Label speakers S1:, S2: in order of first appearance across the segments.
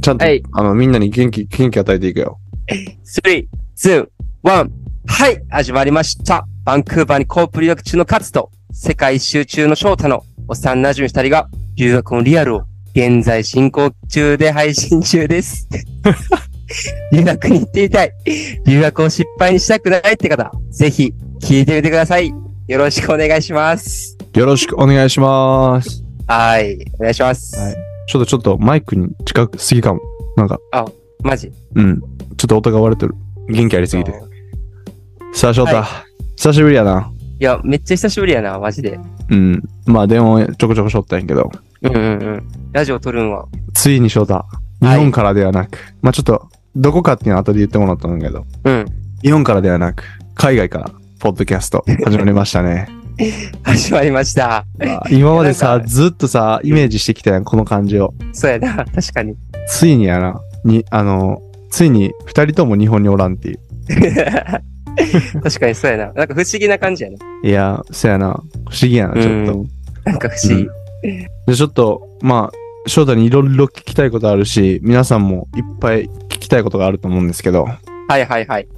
S1: ちゃんと、
S2: はい
S1: あの、みんなに元気、元気与えていくよ。
S2: 3、2、1。はい、始まりました。バンクーバーにコープ留学中のカツと、世界一周中の翔太の幼馴染二人が、留学のリアルを現在進行中で配信中です。 留学に行ってみたい。留学を失敗にしたくないって方、ぜひ聞いてみてください。よろしくお願いします。
S1: よろしくお願いします。
S2: はい、お願いします。
S1: はいちょっとちょっとマイクに近くすぎかも。なんか、
S2: マジ。
S1: うん。ちょっと音が割れてる。元気ありすぎて。さあ、翔太、
S2: は
S1: 久しぶりやな。
S2: いや、めっちゃ久しぶりやな、マジで。
S1: うん。まあ、電話ちょこちょこしょったんやけど、
S2: うんうんうん。ラジオ撮るんは。
S1: ついに翔太、日本からではなく、まあちょっと、どこかっていうのは後で言ってもらったんだけど、
S2: うん。
S1: 日本からではなく、海外から、ポッドキャスト始まりました ね。
S2: 始まりました。
S1: あ今まで
S2: な
S1: さ
S2: ん、か
S1: ずっとさ、イメージしてきたやん、この感じを。
S2: そうやな、 確かに。
S1: ついにやな、に、あの、ついに二人とも日本におらんっていう。
S2: 確かにそうやな。なんか不思議な感じやな。
S1: いや、そやな、不思議やな、ちょっと。
S2: うなんか不思議。
S1: で、ちょっと、まあ、翔太にいろいろ聞きたいことあるし、皆さんもいっぱい聞きたいことがあると思うんですけど、
S2: はいはいはい。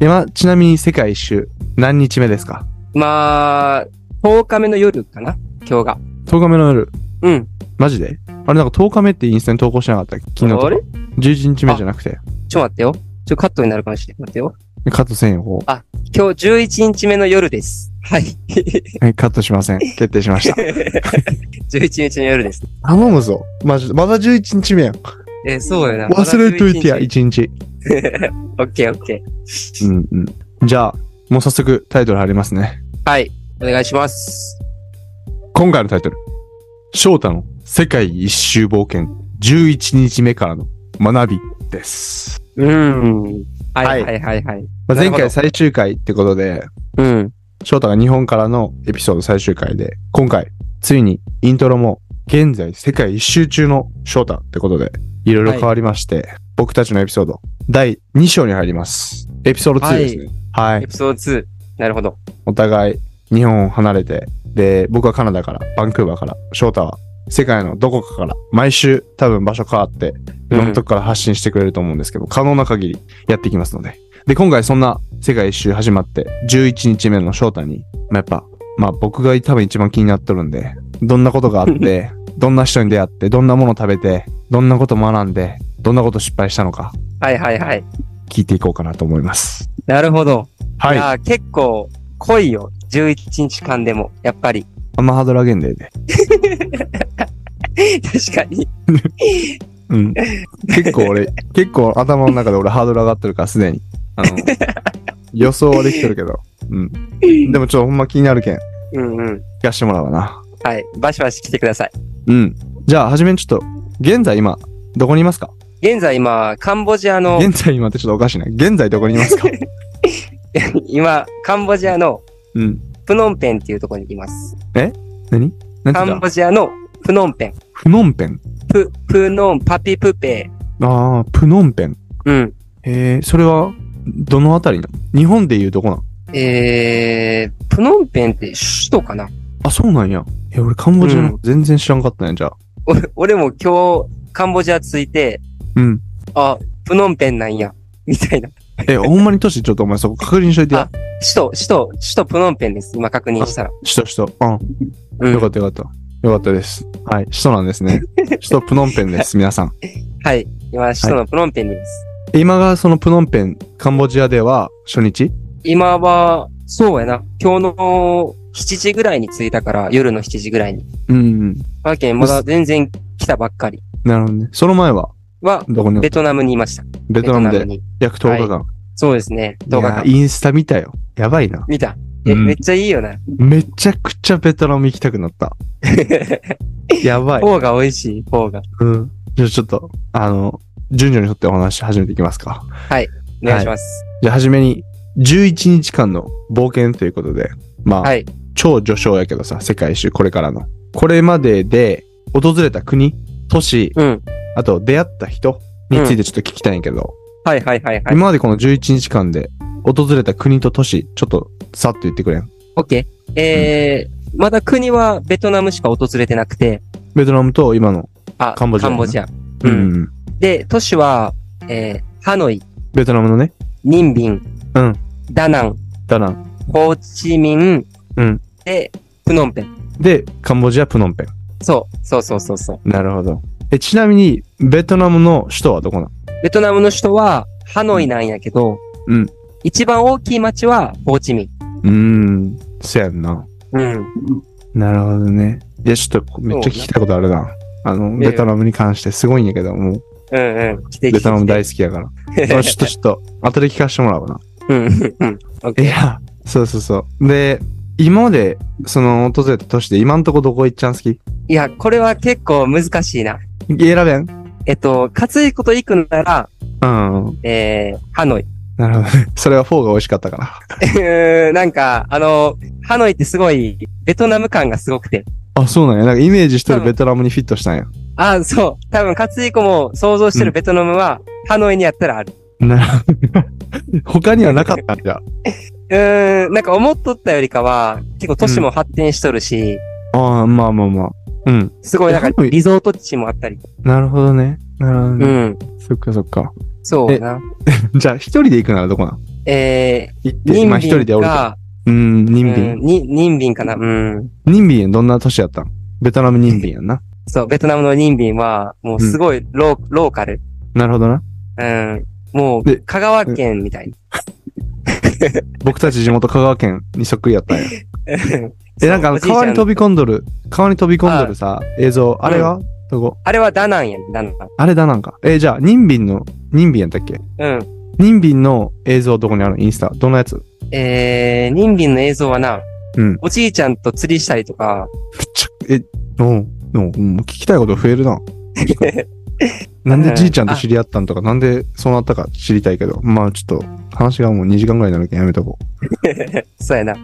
S1: 今、ちなみに世界一周、何日目ですか
S2: まあ、10日目の夜かな今日が。
S1: 10日目の夜。
S2: うん。
S1: マジであれなんか10日目ってインスタに投稿してなかったっけ昨日と
S2: あ
S1: か
S2: れ
S1: 11日目じゃなくて。
S2: ちょっと待ってよ。ちょ、カットになるかもしれない。待ってよ。
S1: カットせんよ、こ
S2: 今日11日目の夜です。 はい。
S1: うはいカットしません。決定し ました。
S2: 11日の夜です。
S1: 頼むぞ。マジで。まだ11日目やん。
S2: えーそうやな。
S1: 忘れといてや、
S2: まだ11
S1: 1日。
S2: 日。オッケーオッケ
S1: うんうん。じゃあ、もう早速タイトル貼りますね。
S2: ー。はい。お願いします。
S1: 今回のタイトル。翔太の世界一周冒険11日目からの学びです。
S2: うーん。はい
S1: は
S2: はいはいはい。
S1: まあ、
S2: な
S1: 前
S2: るほど
S1: 回最終回ってことで、
S2: うん。
S1: 翔太が日本からのエピソード最終回で、今回、ついにイントロも現在世界一周中の翔太ってことで、いろいろ変わりまして、僕たちのエピソード第2章に入ります。エピソード2ですね。はい
S2: エピソード2。なるほど。
S1: お互い日本を離れて、で、僕はカナダから、バンクーバーから、翔太は世界のどこかから、毎週多分場所変わって、いろんなとこから発信してくれると思うんですけど、可能な限りやっていきますので。で、今回そんな世界一周始まって、11日目の翔太に、まあ、やっぱ、まあ僕が多分一番気になっとるんで、どんなことがあ って、どんな人に出会って、どんなもの食べて、どんなこと学んで、どんなこと失敗したのか、
S2: はいはいはい。
S1: 聞いていこうかなと思います。
S2: なるほど。
S1: はいい。
S2: やー結構濃いよ。11日間でも、やっぱり。
S1: あんまハードル上げんでええで。
S2: 確かに。
S1: うん。結構 俺、結構頭の中で俺ハードル上がってるから、すでに。あ の、予想はできてるけど。うん。でもちょっとほんま気になるけん、
S2: うんうん。
S1: 聞かしてもらおうな。
S2: はい。バシバシ来てください。
S1: うん。じゃあ、はじめにちょっと、現在今、どこにいますか
S2: 現在今、カンボジアの、
S1: 現在今ってちょっとおかしいな。現在どこにいます か
S2: 今、カンボジアの
S1: うん。
S2: プノンペンっていうところにいます。
S1: 何何て言
S2: カン
S1: った
S2: ボジアのプノンペン。
S1: プノンペン。
S2: プ、プノン、パピプペ。
S1: あー、プノンペン。
S2: うん。
S1: えー、それは、どのあたりなの日本でいうとこなん
S2: えー、プノンペンって首都かな
S1: あ、そうなんや。え、俺カンボジアの
S2: う
S1: 全然知らんかったんや、じゃあ。
S2: お俺も今日、カンボジア着いて、
S1: うん。
S2: あ、プノンペンなんや。みたいな。
S1: え、ほんまに年ちょっとお前そこ確認しといてや
S2: あ。首都、首都、首都プノンペンです。今確認したら。
S1: しとしと。うん。
S2: うん
S1: よかったよかった。よかったです。はい。首都なんです ね。首都プノンペンです、皆さん。
S2: はい。今、首都のプノンペンにいます。
S1: 今がそのプノンペン、カンボジアでは初日
S2: 今は、そうやな。今日の7時ぐらいに着いたから、夜の7時ぐらいに。
S1: うん。
S2: わけんまだ全然来たばっかり
S1: なるほどね。その前は、
S2: は、
S1: どこに
S2: ベトナムにいました。
S1: ベトナムで
S2: に。
S1: 約10日間。
S2: そうですね。動画
S1: いや
S2: が
S1: インスタ見たよ。やばいな。
S2: 見た。え、
S1: うん
S2: めっちゃいいよな。
S1: めちゃくちゃベトナム行きたくな った。やばい。
S2: フォーが美味しい、フォーが。
S1: うん。じゃあちょっと、あの、順序に沿ってお話始めていきますか。
S2: お願いします。
S1: じゃあはじめに、11日間の冒険ということで、まあ、
S2: はい。
S1: 超序章やけどさ、世界一周、これからの。これまでで訪れた国、都市、
S2: うん。
S1: あと出会った人についてちょっと聞きたいんやけど、
S2: はいはいはいはい。
S1: 今までこの11日間で訪れた国と都市、ちょっとさっと言ってくれん。
S2: オッケー。えー、まだ国はベトナムしか訪れてなくて、
S1: ベトナムと今の。
S2: あ、
S1: カンボジア
S2: カンボジア。うん。
S1: うん
S2: で、都市は、えーハノイ、
S1: ベトナムのね。
S2: ニンビン、
S1: うん
S2: ダナン、
S1: ダナン。
S2: ホーチミン、
S1: うん
S2: で、プノンペン。
S1: で、カンボジア、プノンペ
S2: そう、そうそうそうそう。
S1: ン。なるほど。え、ちなみに、ベトナムの首都はどこなの
S2: ベトナムの首都はハノイなんやけど、
S1: うん
S2: 一番大きい町はホーチミン。
S1: うーん、せやんな。
S2: うん。
S1: なるほどね。いや、ちょっとめっちゃ聞きたいことあるな。あの、
S2: ええ
S1: ベトナムに関してすごいんやけど、もう、
S2: うんうん。来て
S1: ベトナム大
S2: 好
S1: 好きやから。まあちょっとちょっと、後で聞かせてもらおうな。
S2: うんう んうん。オッケ
S1: い
S2: ー
S1: や、そうそうそう。で、今まで、その、訪れた都市で今んとこどこ行っちゃん好き
S2: いや、これは結構難しいな。
S1: 選べん
S2: えっと、カツイコと行くなら、
S1: うん。
S2: えー、ハノイ。
S1: なるほどね。それはフォーが美味しかったか
S2: うんなんか、あの、ハノイってすごい、ベトナム感がすごくて。
S1: ら。あ、そうなんや。なんかイメージして
S2: う
S1: る
S2: ん
S1: ベトナムにフィットしたんや。
S2: ああ、そう。多分、カツイコも想像してるベトナムは、ハノイにやったらある。
S1: なるほど。他にはなかったんじゃ。
S2: うーん、なんか思っとったよりかは、結構都市も発展しとるし、
S1: ああ、まあまあまあ。うん。
S2: すごいなん
S1: え
S2: か
S1: ハノイ
S2: リゾート地もあったり。
S1: なるほどね。なるほど
S2: う
S1: ね。
S2: ん。
S1: そっかそっか。
S2: そうやな。
S1: じゃあ、一人で行くならどこなん
S2: え
S1: 行っ
S2: ー、ニ
S1: て、まあ
S2: ン
S1: 一
S2: ビ
S1: 人
S2: ン
S1: でおると。
S2: か、
S1: うん、ニンビ
S2: うん
S1: ン。
S2: ニニンビンかな。うん。
S1: ニンビンどんな都市やったんベトナムニンビンやんな。
S2: そう、ベトナムのニンビンは、もうすごいロー,、ローカル。
S1: なるほどな。
S2: うん。も
S1: で
S2: う、香川県みたいな。
S1: 僕たち地元香川県にそっくりやったんや。
S2: え
S1: え、なん かあの川に飛び込んどる、川に飛び込んどるさ、映像、あれは、どこ
S2: あれはダナンやん、ダナン。
S1: あれだなんか。え、じゃあ、ニンビンの、ニンビンやったっけ
S2: うん。
S1: ニンビンの映像どこにあるインスタ。どんなやつめ
S2: えー、ニンビンの映像はな、
S1: うん
S2: おじいちゃんと釣りしたりとか、
S1: っちゃ、え、うん、うん、うん聞きたいこと増えるな。なんでじいちゃんと知り合ったんとか、なんでそうなったか知りたいけど、まあちょっと、話がもう2時間ぐらいになるけんやめとこ
S2: そうやな。
S1: う。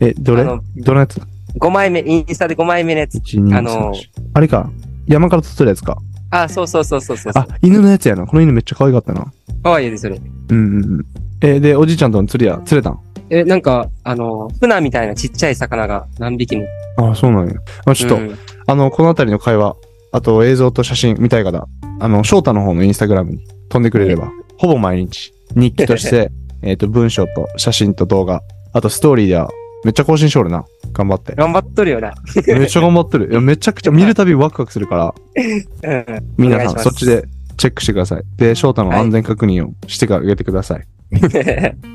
S1: え、どれ
S2: あの
S1: どのやつ
S2: 5枚目、インスタで5枚目のやつ。
S1: ?1、2、3、
S2: あの
S1: 4。あれか。山から撮ってるやつか。
S2: あ、そうそうそうそうそうそう。
S1: あ、犬のやつやな。この犬めっちゃ可愛かったな。
S2: かわいいで、それ。
S1: うんうんうん。え、で、おじいちゃんとの釣りや、釣れたん
S2: え、なんか、あの、船みたいなちっちゃい魚が何匹も。
S1: ああ、そうなんや。まあ、ちょっと、
S2: うん
S1: あの、この辺りの会話、あと映像と写真見たい方、あの、翔太の方のインスタグラムに飛んでくれれば、ほぼ毎日、日記と して、えっと、文章と写真と動画、あとストーリーでは、めっちゃ更新しおるな。頑張 って。
S2: 頑張っとるよな。
S1: めっちゃ頑張ってる。いや、めちゃくちゃ見るたびワクワクするから、
S2: うん。
S1: 皆
S2: お願
S1: さ
S2: いし
S1: ん
S2: ます
S1: そっちでチェックしてください。で、翔太の安全確認をしてからあげてください。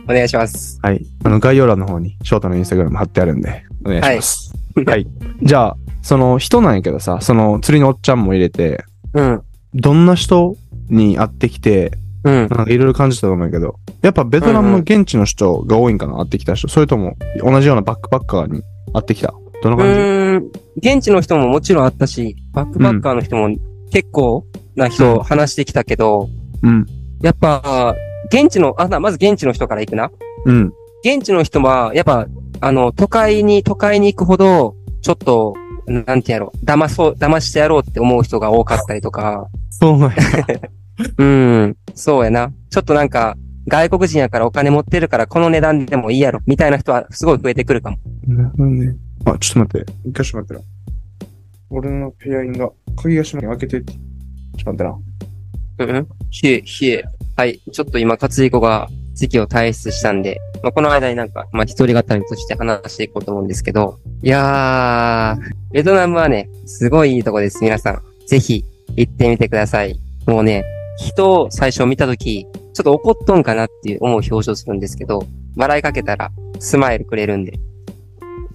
S2: お願いします。
S1: はい。あの、概要欄の方に翔太のインスタグラム貼ってあるんで、お願いします。はい。じゃあ、その人なんやけどさ、その釣りのおっちゃんも入れて、
S2: うん。
S1: どんな人に会ってきて、
S2: うん。
S1: なんかいろいろ感じたと思うんやけど、やっぱベトナムの現地の人が多いんかな、会ってきた人。それとも、同じようなバックパッカーに会ってきた。どんな
S2: う
S1: 感じ、
S2: ーん。現地の人ももちろんあったし、バックパッカーの人も結構な人を話してきたけど、
S1: うん、
S2: やっぱ、現地の、あ、なまず現地の人から行くな。
S1: うん。
S2: 現地の人は、やっぱ、あの、都会に、都会に行くほど、ちょっと、なんてやろう、騙そう、騙してやろうって思う人が多かったりとか、
S1: そうなんや。
S2: うん、そうやな。ちょっとなんか、外国人やからお金持ってるからこの値段でもいいやろ、みたいな人はすごい増えてくるかも。
S1: なるほどね。あ、ちょっと待って。一回閉まってな。俺のペアインが、鍵が閉まって開けてって。ちょっと待ってな。
S2: うんひえ、ひえ。はい。ちょっと今、勝彦が席を退出したんで、まあ、この間になんか、まあ、一人語りとして話していこうと思うんですけど、いやー、ベトナムはね、すごいいいとこです、皆さん。ぜひ、行ってみてください。もうね、人を最初見たとき、ちょっと怒っとんかなっていう思う表情するんですけど、笑いかけたら、スマイルくれるんで。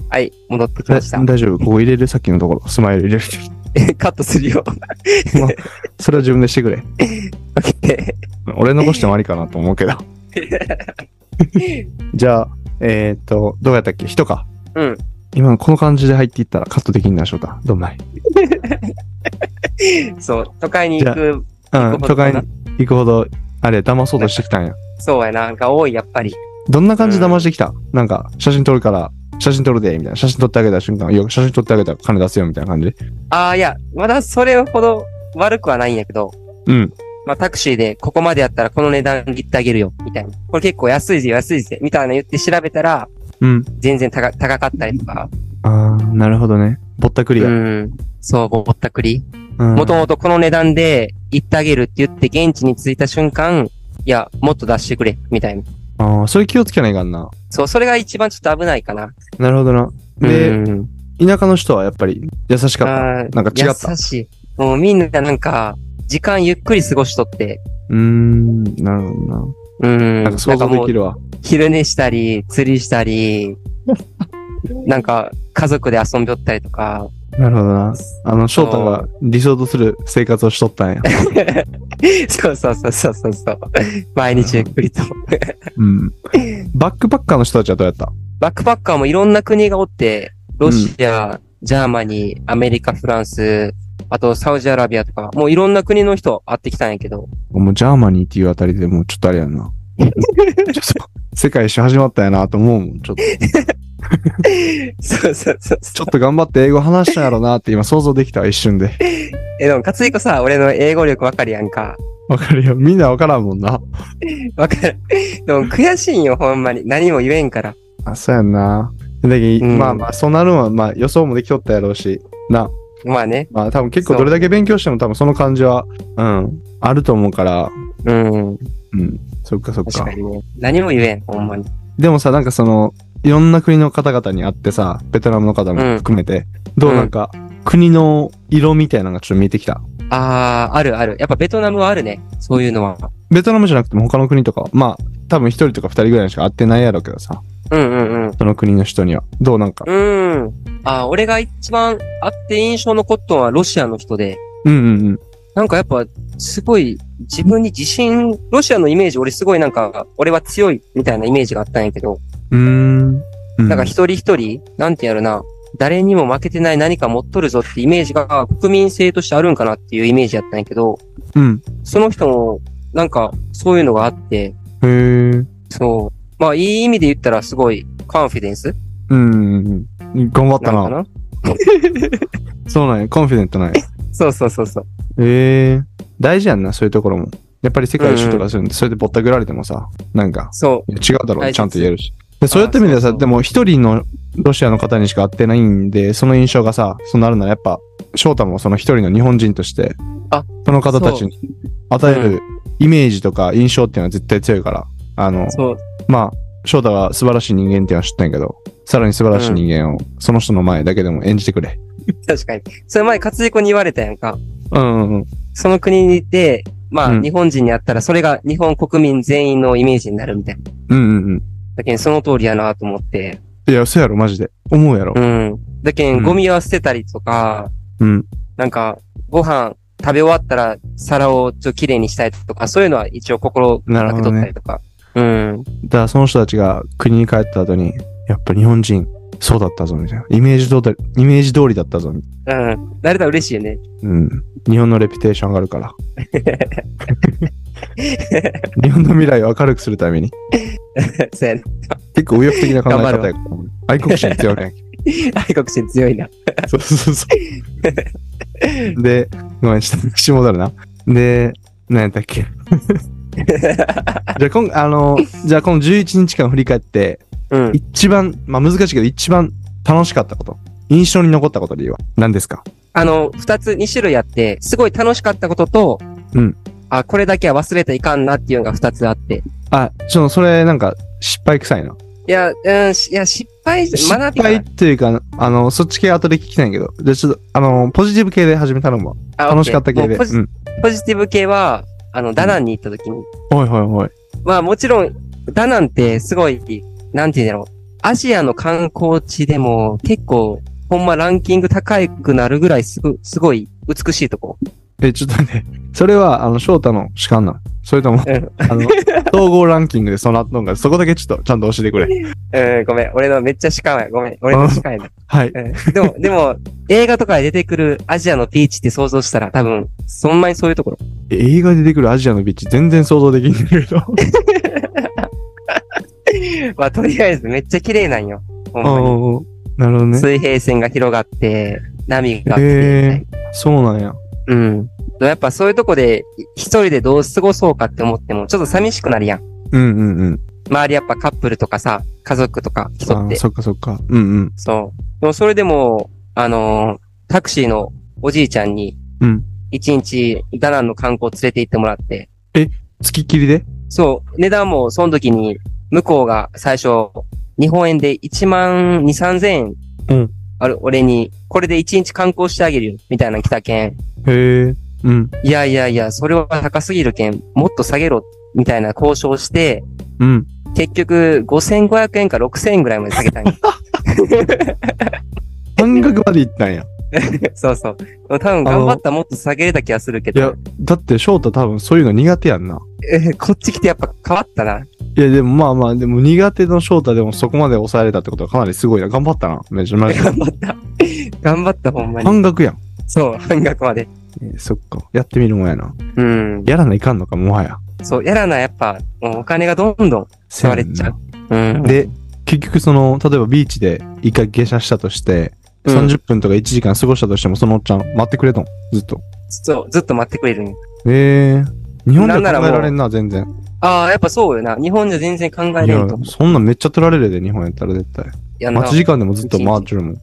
S2: はい、戻ってきました
S1: え。大丈夫。ここ入れるさっきのところ。スマイル入れる。
S2: カットするよ。
S1: それは自分でしてくれ。
S2: オッケ
S1: 俺残してもありかなと思う けど。じゃあ、えっ、と、どうやったっけ人か。
S2: ー。うん。
S1: 今この感じで入っていったらカットできんな、翔太。どんない。
S2: そう、都会に行
S1: じ
S2: く、
S1: うん、
S2: くほど
S1: 都会に行くほど、あれ、騙そうとしてきたんや。
S2: そうやな、が多い、やっぱり。
S1: どんな感じで騙してきた、なんか、写真撮るから、写真撮るで、みたいな。写真撮ってあげた瞬間、いや、写真撮ってあげたら金出せよ、みたいな感じ。
S2: ああ、いや、まだそれほど悪くはないんやけど、
S1: うん。
S2: まあタクシーでここまでやったらこの値段言ってあげるよ、みたいな。これ結構安いぜ、安いぜ、みたいな言って調べたら、
S1: うん。
S2: 全然高高かったりとか。
S1: あー、なるほどね。ぼったくり
S2: う
S1: や。うん。
S2: ん。そう、ぼったくり。
S1: うん
S2: もともとこの値段で行ってあげるって言って現地に着いた瞬間、いや、もっと出してくれ、みたいな。
S1: ああ、それ気をつけないかんな。
S2: そう、それが一番ちょっと危ないかな。
S1: なるほどな。
S2: う
S1: で、
S2: ん、
S1: 田舎の人はやっぱり優しかった。
S2: あー
S1: なんか違った
S2: 優しい。もうみんななんか、時間ゆっくり過ごしとって、
S1: うーん、なるほどな。
S2: うん。
S1: なんか想
S2: な
S1: 像
S2: んかも
S1: で
S2: う
S1: きるわ。
S2: 昼寝したり、釣りしたり、なんか家族で遊んびょったりとか、
S1: なるほどな。あの、翔太が理想とする生活をしとったんや。
S2: そうそうそうそうそうそう。毎日ゆっくりと。
S1: うん。バックパッカーの人たちはどうやった
S2: バックパッカーもいろんな国がおって、ロシア、ジャーマニー、アメリカ、フランス、あとサウジアラビアとか、もういろんな国の人会ってきたんやけど、
S1: もうジャーマニーっていうあたりでもうちょっとあれやんな。ちょっと世界一周始まったんやなと思うもん。ちょっ と、
S2: そうそうそうそう。
S1: ちょっと頑張って英語話したんやろなって今想像できたわ一瞬 で。
S2: え、でも、かついこさ、俺の英語力わかるやんか。
S1: わかるよ。みんなわからんもんな。
S2: わかる。でも、悔しいんよ、ほんまに。何も言えんから。
S1: あ、そうやんな。だけど
S2: うん
S1: まあまあ、そうなるんは、まあ予想もできとったやろうし、な。
S2: まあね。
S1: まあ多分結構どれだけ勉強しても多分その感じは、うん、あると思うから、
S2: うん。
S1: うん、そっかそっ
S2: 確
S1: か
S2: か。にね。何も言えん、ほんまに。
S1: でもさ、なんかその、いろんな国の方々に会ってさ、ベトナムの方も含めて、どうなんか、国の色みたいなのがちょっと見えてきた。
S2: あー、あるある。やっぱベトナムはあるね。そういうのは。
S1: ベトナムじゃなくても他の国とかは、まあ、多分一人とか二人ぐらいしか会ってないやろうけどさ、
S2: うんうんうん。
S1: その国の人には。どうなんか。
S2: うん。あー、俺が一番会って印象残ったのはロシアの人で、
S1: うんうんうん。
S2: なんかやっぱ、すごい、自分に自信、ロシアのイメージ、俺すごいなんか、俺は強いみたいなイメージがあったんやけど、
S1: うーん。うん
S2: なんか一人一人、なんてやるな、誰にも負けてない何か持っとるぞってイメージが国民性としてあるんかなっていうイメージやったんやけど、
S1: うん。
S2: その人も、なんか、そういうのがあって、
S1: へえ。
S2: そう、まあいい意味で言ったらすごい、カンフィデンス
S1: うんうんうん。頑張った
S2: なの
S1: な。
S2: かな
S1: そうなんや。コンフィデントなんや。
S2: そうそうそうそう。
S1: へえ。大事やんな、そういうところも。やっぱり世界一周とかするんで、それでぼったくられてもさ、なんか、
S2: そ
S1: いや違うだろ
S2: 大
S1: う、
S2: 切
S1: ちゃんと言えるし。でそういった意味では
S2: そ
S1: さ、
S2: うそう
S1: でも一人のロシアの方にしか会ってないんで、その印象がさ、そうなるならやっぱ、翔太もその一人の日本人として
S2: あ、
S1: その方たちに与えるイメージとか印象っていうのは絶対強いから、あの
S2: う、、そう、
S1: まあ、翔太が素晴らしい人間っていうのは知ったんやけど、さらに素晴らしい人間を、その人の前だけでも演じてくれ。
S2: 確かに。それ前、勝ツに言われたやんか。
S1: うんうんうん。
S2: その国で、まあ、
S1: うん
S2: 日本人に会ったら、それが日本国民全員のイメージになるみたいな。
S1: うんうんうん。
S2: だけん、その通りやなと思って。
S1: いや、そうやろ、マジで。思うやろ
S2: う。ん。だけ
S1: うん
S2: ん、ゴミは捨てたりとか、
S1: うん。
S2: なんか、ご飯食べ終わったら、皿をちょっときれいにしたいとか、そういうのは一応心がけとったりとか。うん。
S1: だからその人たちが国に帰った後に、やっぱ日本人、そうだったぞ、みたいな。イメージ通り、イメージ通りだったぞ、みたい
S2: うん。なれたら嬉しいよね。
S1: なうん。日本のレピュテーション上がる から。日本の未来を明るくするために。
S2: そうやね。
S1: 結構右翼的な考え
S2: 頑張
S1: 方や愛国心強いね。
S2: 愛国心強いな。
S1: そうそうそう。で、ごめん、下下戻るな。で、何やったっ け。じゃあ、今、あの、じゃあ、この11日間振り返って、
S2: うん。
S1: 一番、まあ難しいけど、一番楽しかったこと、印象に残ったことでいいわ。何ですか
S2: あの、二つ、二種類あって、すごい楽しかったことと、
S1: うん。
S2: あ、これだけは忘れていかんなっていうのが二つあって。
S1: あ、ちょっとそれ、なんか、失敗臭いな。
S2: いや、うん、しいや、失敗、学び
S1: 失
S2: かな
S1: 敗っていうか、あの、そっち系後で聞きたいんやけど、じゃあちょっと、あの、ポジティブ系で始めたのも、
S2: あ
S1: 楽しかった系
S2: OK も
S1: で。
S2: うポジ
S1: うん。
S2: ポジティブ系は、あの、ダナンに行った時に。
S1: はいはいはい。
S2: まあもちろん、ダナンってすごい、なんて言うんだろう。アジアの観光地でも結構、ほんまランキング高くなるぐらいすぐ、すごい美しいとこ。
S1: え、ちょっと待って、それは、あの、翔太の主観なのそれとも、
S2: うん
S1: あの、統合ランキングでその後のが、そこだけちょっと、ちゃんと教えてくれ。
S2: うん、ごめん。俺のめっちゃ近い。ごめん。俺の近いな。
S1: はい。
S2: うんでも、でも、映画とかで出てくるアジアのビーチって想像したら多分、そんなにそういうところ。
S1: 映画で出てくるアジアのビーチ、全然想像できんけど。
S2: まあとりあえずめっちゃ綺麗なんよ。ほんまに
S1: おー なるほどね。
S2: 水平線が広がって、波が来て、
S1: へえそうなんや。
S2: うん。やっぱそういうとこで、い一人でどう過ごそうかって思っても、ちょっと寂しくなるやん。
S1: うんうんうん。
S2: 周りやっぱカップルとかさ、家族とか人
S1: あ
S2: っ
S1: ー
S2: て。
S1: そっかそっか。うんうん。
S2: そう。でもそれでも、あのータクシーのおじいちゃんに、
S1: うん
S2: 一日ダナンの観光連れて行ってもらって、
S1: 月切りで
S2: そう、値段もその時に、向こうが最初、日本円で1万2、3000円。
S1: うん
S2: ある、俺に、これで1日観光してあげるよ、みたいなの来たけん。
S1: へえ。うん。
S2: いやいやいや、それは高すぎるけん、もっと下げろ、みたいな交渉して、
S1: うん。
S2: 結局、5500円か6000円ぐらいまで下 げたんよ
S1: 半額までいったんや。
S2: そうそう。多分頑張ったらもっと下げれた気がするけ
S1: いや
S2: ど、、
S1: だって翔太多分そういうの苦手やんな。
S2: えーこっち来てやっぱ変わったな。
S1: いや、でもまあまあ、でも苦手の翔太でもそこまで抑えれたってことはかなりすごいな。頑張ったな。めちゃ めちゃ。
S2: 頑張った。頑張った、ほんまに。
S1: 半額やん。
S2: そう、半額まで。
S1: えーそっか。やってみるもんやな。
S2: うん。
S1: やらないかんのか、もはや。
S2: そう、やらな、やっぱ、もうお金がどんどん
S1: せや
S2: 取わ
S1: ね
S2: れ
S1: ん
S2: ちゃ
S1: な
S2: う。うん。
S1: で、結局その、例えばビーチで一回下車したとして、
S2: うん
S1: 30分とか1時間過ごしたとしても、そのおっちゃん待ってくれとん。ずっと。
S2: そう、ずっと待ってくれるんよ
S1: えー、日本で
S2: な
S1: は
S2: んなら
S1: 考
S2: もう
S1: えられんな、全然。
S2: ああ、やっぱそうよな。日本じゃ全然考えれ
S1: い
S2: ん
S1: や
S2: と思う。、
S1: そんなんめっちゃ取られるで、日本やったら絶対。
S2: やんな
S1: 待ち時間でもずっと回ってるもん。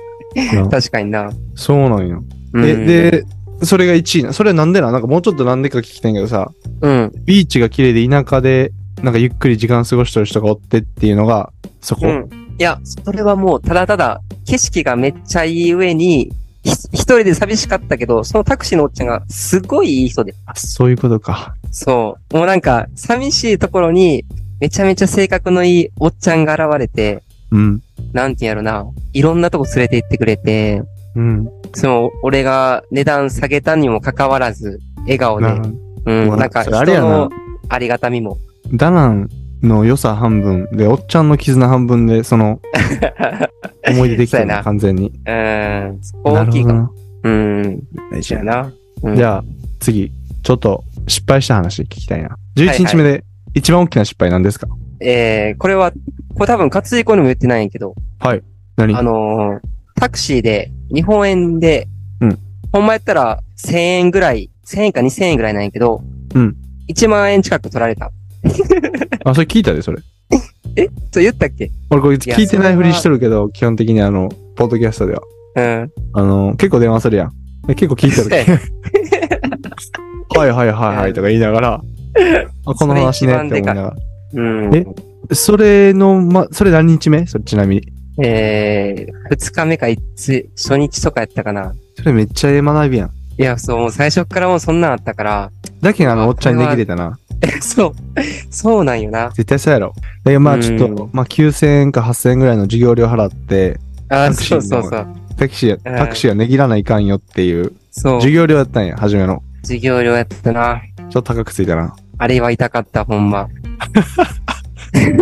S1: な
S2: 確かにな。
S1: そうなんや。
S2: うん
S1: え、、で、それが1位な。それはなんでななんかもうちょっとなんでか聞きたいんやけどさ、
S2: うん。
S1: ビーチが綺麗で田舎で、なんかゆっくり時間過ごしてる人がおってっていうのが、そこ。
S2: うん。いや、それはもう、ただただ、景色がめっちゃいい上に、ひ一人で寂しかったけど、そのタクシーのおっちゃんがすごいいい人で。
S1: あそういうことか。
S2: そう。もうなんか、寂しいところに、めちゃめちゃ性格のいいおっちゃんが現れて、
S1: うん。
S2: なんていうんやろな。いろんなとこ連れて行ってくれて、
S1: うん。
S2: その、俺が値段下げたにもかかわらず、笑顔で
S1: なる、ほど
S2: うん
S1: も、う
S2: なんか、
S1: そ
S2: 人
S1: れあれやな
S2: のありがたみも。
S1: ダナンの良さ半分で、おっちゃんの絆半分で、その、思い出できたよ
S2: そうや
S1: な、
S2: な
S1: 完全に。
S2: うん、そこ
S1: な
S2: 大
S1: る
S2: きい
S1: ほ
S2: か
S1: ど
S2: も。
S1: な。
S2: うん、
S1: 大
S2: じゃあ。な。うん
S1: じゃあ、次、ちょっと失敗した話聞きたいな。11日目で一番大きな失敗なんですか
S2: えー、これは、これ多分、活以降にも言ってないんやけど、
S1: 何
S2: あのータクシーで、日本円で、
S1: うん
S2: ほんまやったら、1000円ぐらい、1000円か2000円ぐらいなんやけど、
S1: うん
S2: 1万円近く取られた。
S1: あ、それ聞いたで、それ。
S2: と言ったっけ
S1: 俺これ
S2: や
S1: 聞いてないふりしとるけど、基本的にあの、ポッドキャストでは。
S2: うん。
S1: あの、結構電話するやん。で結構聞いてるけど。 はいはいはいはいとか言いながら、あこの話ねって思いなが
S2: うん。
S1: えら。それの、ま、それ何日目それちなみに。
S2: えー、2日目か一日初日とかやったかな。
S1: それめっちゃええ学びやん。
S2: いや、そう、もう最初っからもうそんなんあったから、
S1: だけどあの、
S2: あ
S1: おっちゃん
S2: こ
S1: に
S2: れ
S1: で
S2: は
S1: きてたな。
S2: そう、そうなんよな。
S1: 絶対そうやろ。だけどまあちょっ
S2: う
S1: と、まあ9000円か8000円ぐらいの授業料払って、
S2: あ
S1: タ
S2: ー、
S1: クシー
S2: そ
S1: の
S2: うそうそう。
S1: タクシー、
S2: うん
S1: タクシーは値切らないかんよっていう、
S2: そう、
S1: 授業料やったんや、初めの。
S2: 授業料やったな。
S1: ちょっと高くついたな。
S2: あれは痛かった、ほんま。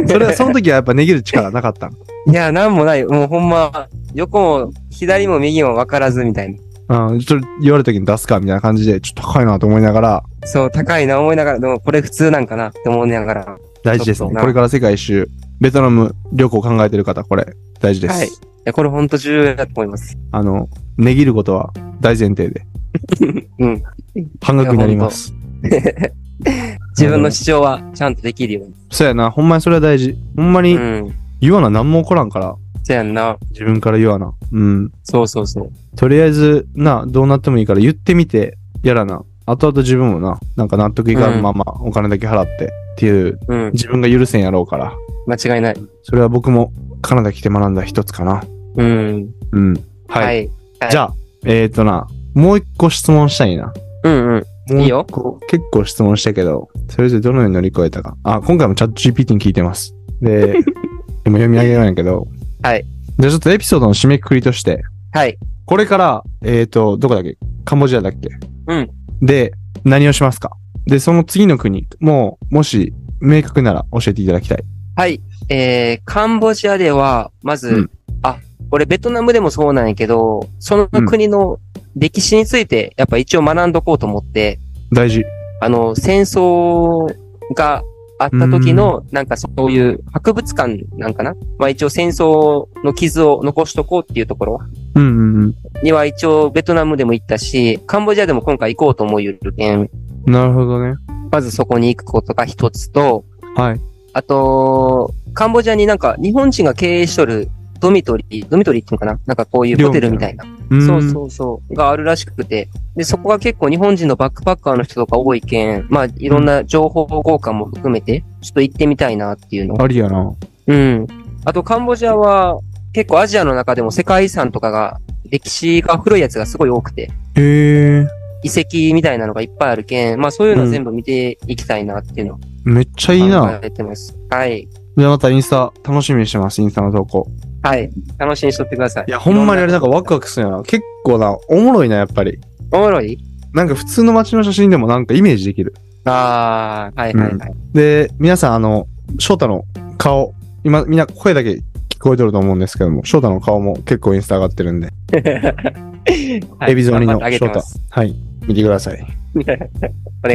S1: そ れは、その時はやっぱ値切る力なかったん。
S2: いや、なんもない。もうほんま、横も、左も右も分からずみたいな。
S1: うん、ちょっと言われた時に出すかみたいな感じで、ちょっと高いなと思いながら、
S2: そう、高いな思いながら、でもこれ普通なんかなって思いながら。
S1: 大事ですね。
S2: ちょっとな
S1: これから世界一周、ベトナム旅行を考えてる方、これ、大事です。
S2: はい。いや、これほんと重要だと思います。
S1: あの、値切ることは大前提で。
S2: うん。
S1: 半額になります。
S2: 自分の主張はちゃんとできるように。
S1: そうやな、ほんまにそれは大事。ほんまに
S2: うん。
S1: 言わな、何も起こらんから、
S2: そやんな。
S1: 自分から言わな。うん。
S2: そうそうそう。
S1: とりあえず、な、どうなってもいいから言ってみて、やらな。後々自分もな、なんか納得いかんままお金だけ払ってっていう、
S2: うん。
S1: 自分が許せんやろうから。
S2: 間違いない。
S1: それは僕もカナダ来て学んだ一つかな。
S2: うん。
S1: うん。はい。
S2: はい。はい
S1: じゃあ、えっ、ー、とな、もう一個質問したいな。
S2: うんうん。
S1: もう一個
S2: いいよ
S1: 結構質問したけど、それぞれどのように乗り越えたか。あ、今回もチャット GPT に聞いてます。で、 でも読み上げないけど。
S2: はい。
S1: じゃあちょっとエピソードの締めくくりとして、
S2: はい。
S1: これから、えっ、ー、と、どこだっけカンボジアだっけ
S2: うん。
S1: で、何をしますかで、その次の国、もう、もし、明確なら教えていただきたい。
S2: はい。えー、カンボジアでは、まず、
S1: うん
S2: あ、これベトナムでもそうなんやけど、その国の歴史について、やっぱ一応学んどこうと思って、
S1: 大事。
S2: あの、戦争があった時の、なんかそういう博物館なんかなまあ一応戦争の傷を残しとこうっていうところ
S1: うんうん
S2: には一応ベトナムでも行ったし、カンボジアでも今回行こうと思うよるけん、
S1: うん。なるほどね。
S2: まずそこに行くことが一つと、
S1: はい。
S2: あと、カンボジアになんか日本人が経営しとるドミトリー、ドミトリーっていうのかななんかこういうホテルみたいな。そう
S1: う
S2: そうそう。があるらしくて。で、そこが結構日本人のバックパッカーの人とか多いけん、まあいろんな情報交換も含めて、ちょっと行ってみたいなっていうの
S1: ーん。。ありやな。
S2: うん。あとカンボジアは結構アジアの中でも世界遺産とかが、歴史が古いやつがすごい多くて、
S1: へえ。
S2: 遺跡みたいなのがいっぱいあるけん、まあそういうの全部見ていきたいなっていうのを
S1: めっちゃいいな
S2: 考。えてます。はい。
S1: じゃあまたインスタ楽しみにしてます、インスタの投稿。
S2: はい。楽しみにしとってください。
S1: いや、ほんまにあれなんかワクワクするんやな。結構な、おもろいな、やっぱり。
S2: おもろい
S1: なんか普通の街の写真でもなんかイメージできる。
S2: ああ、はいはいはい。
S1: で、皆さん、あの、翔太の顔、今、みんな声だけ聞こえとると思うんですけども、翔太の顔も結構インスタ上がってるんで、
S2: はい
S1: エビゾニの
S2: 頑張って
S1: 翔
S2: あげて
S1: 太
S2: ます。。
S1: はい、見てください。こ
S2: お願い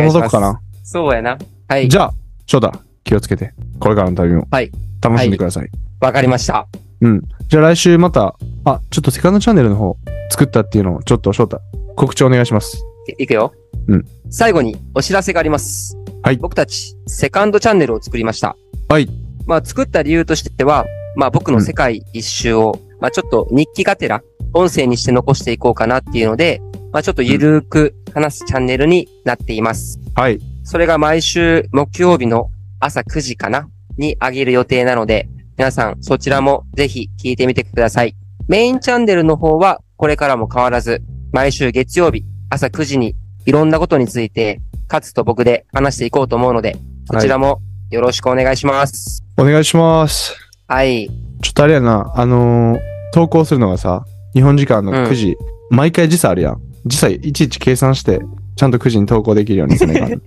S1: の
S2: し
S1: と
S2: ま
S1: こ
S2: す。
S1: かな。
S2: そうやな。はい。
S1: じゃあ、翔太、気をつけて、これからの旅も、
S2: はい
S1: 楽しんでください。
S2: わかりました。
S1: うん。じゃあ来週また、あ、ちょっとセカンドチャンネルの方、作ったっていうのを、ちょっと翔太、告知お願いします。
S2: いいくよ。
S1: うん
S2: 最後にお知らせがあります。
S1: はい
S2: 僕たち、セカンドチャンネルを作りました。
S1: はい。
S2: まあ、作った理由としては、まあ、僕の世界一周を、まあ、ちょっと日記がてら、音声にして残していこうかなっていうので、まあ、ちょっとゆるーく話すチャンネルになっています。
S1: はい。
S2: それが毎週木曜日の朝9時かなに上げる予定なので、皆さんそちらもぜひ聞いてみてください。メインチャンネルの方はこれからも変わらず、毎週月曜日朝9時にいろんなことについて、カツと僕で話していこうと思うので、そちらもよろしくお願いします。
S1: お願いします。
S2: はい。
S1: ちょっとあれやな、あのー投稿するのがさ、日本時間の
S2: うん
S1: 9時、毎回時差あるやん。時差いちいち計算して、ちゃんと9時に投稿できるようにす ねばな
S2: 確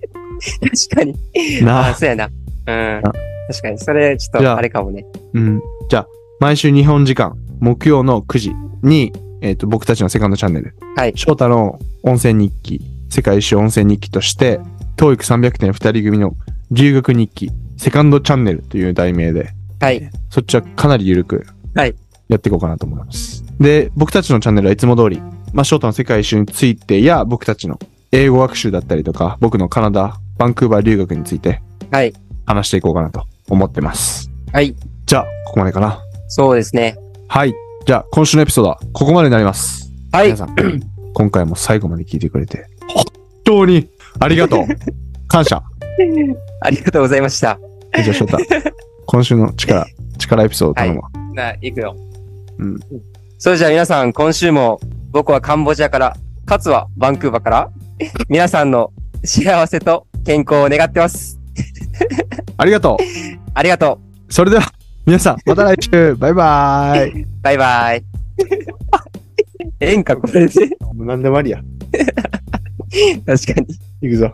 S2: かに。
S1: な
S2: あ、
S1: あ。
S2: そうやな。うん。確かに。それ、ちょっ
S1: じ
S2: と
S1: ゃあ
S2: あれかもね。
S1: うん。じゃあ、毎週日本時間、木曜の9時に、えっ、と、僕たちのセカンドチャンネル。
S2: はい
S1: 翔太の温泉日記、世界一周温泉日記として、教育300点2人組の留学日記、セカンドチャンネルという題名で、
S2: はい。
S1: そっちはかなり緩く、
S2: はい
S1: やっていこうかなと思います。で、僕たちのチャンネルはいつも通り、まあ、翔太の世界一周についてや、僕たちの英語学習だったりとか、僕のカナダ、バンクーバー留学について
S2: はい。
S1: 話していこうかなと思ってます。
S2: はい。
S1: じゃあ、ここまでかな。
S2: そうですね。
S1: はい。じゃあ、今週のエピソードはここまでになります。
S2: はい
S1: 皆。さん、今回も最後まで聞いてくれて、本当にありが とう。感謝。
S2: ありがとうございました。
S1: 以上、翔太。今週の力、力エピソード頼むわ。
S2: な、行くよ。
S1: うん。
S2: それじゃあ皆さん、今週も僕はカンボジアから、カツはバンクーバーから、皆さんの幸せと健康を願ってます。
S1: ありがとう。
S2: ありがとう。
S1: それでは、皆さん、また来週バイバー イ
S2: バイバイ。 演歌これで、
S1: もう何でもありや。
S2: 確かに。
S1: 行くぞ。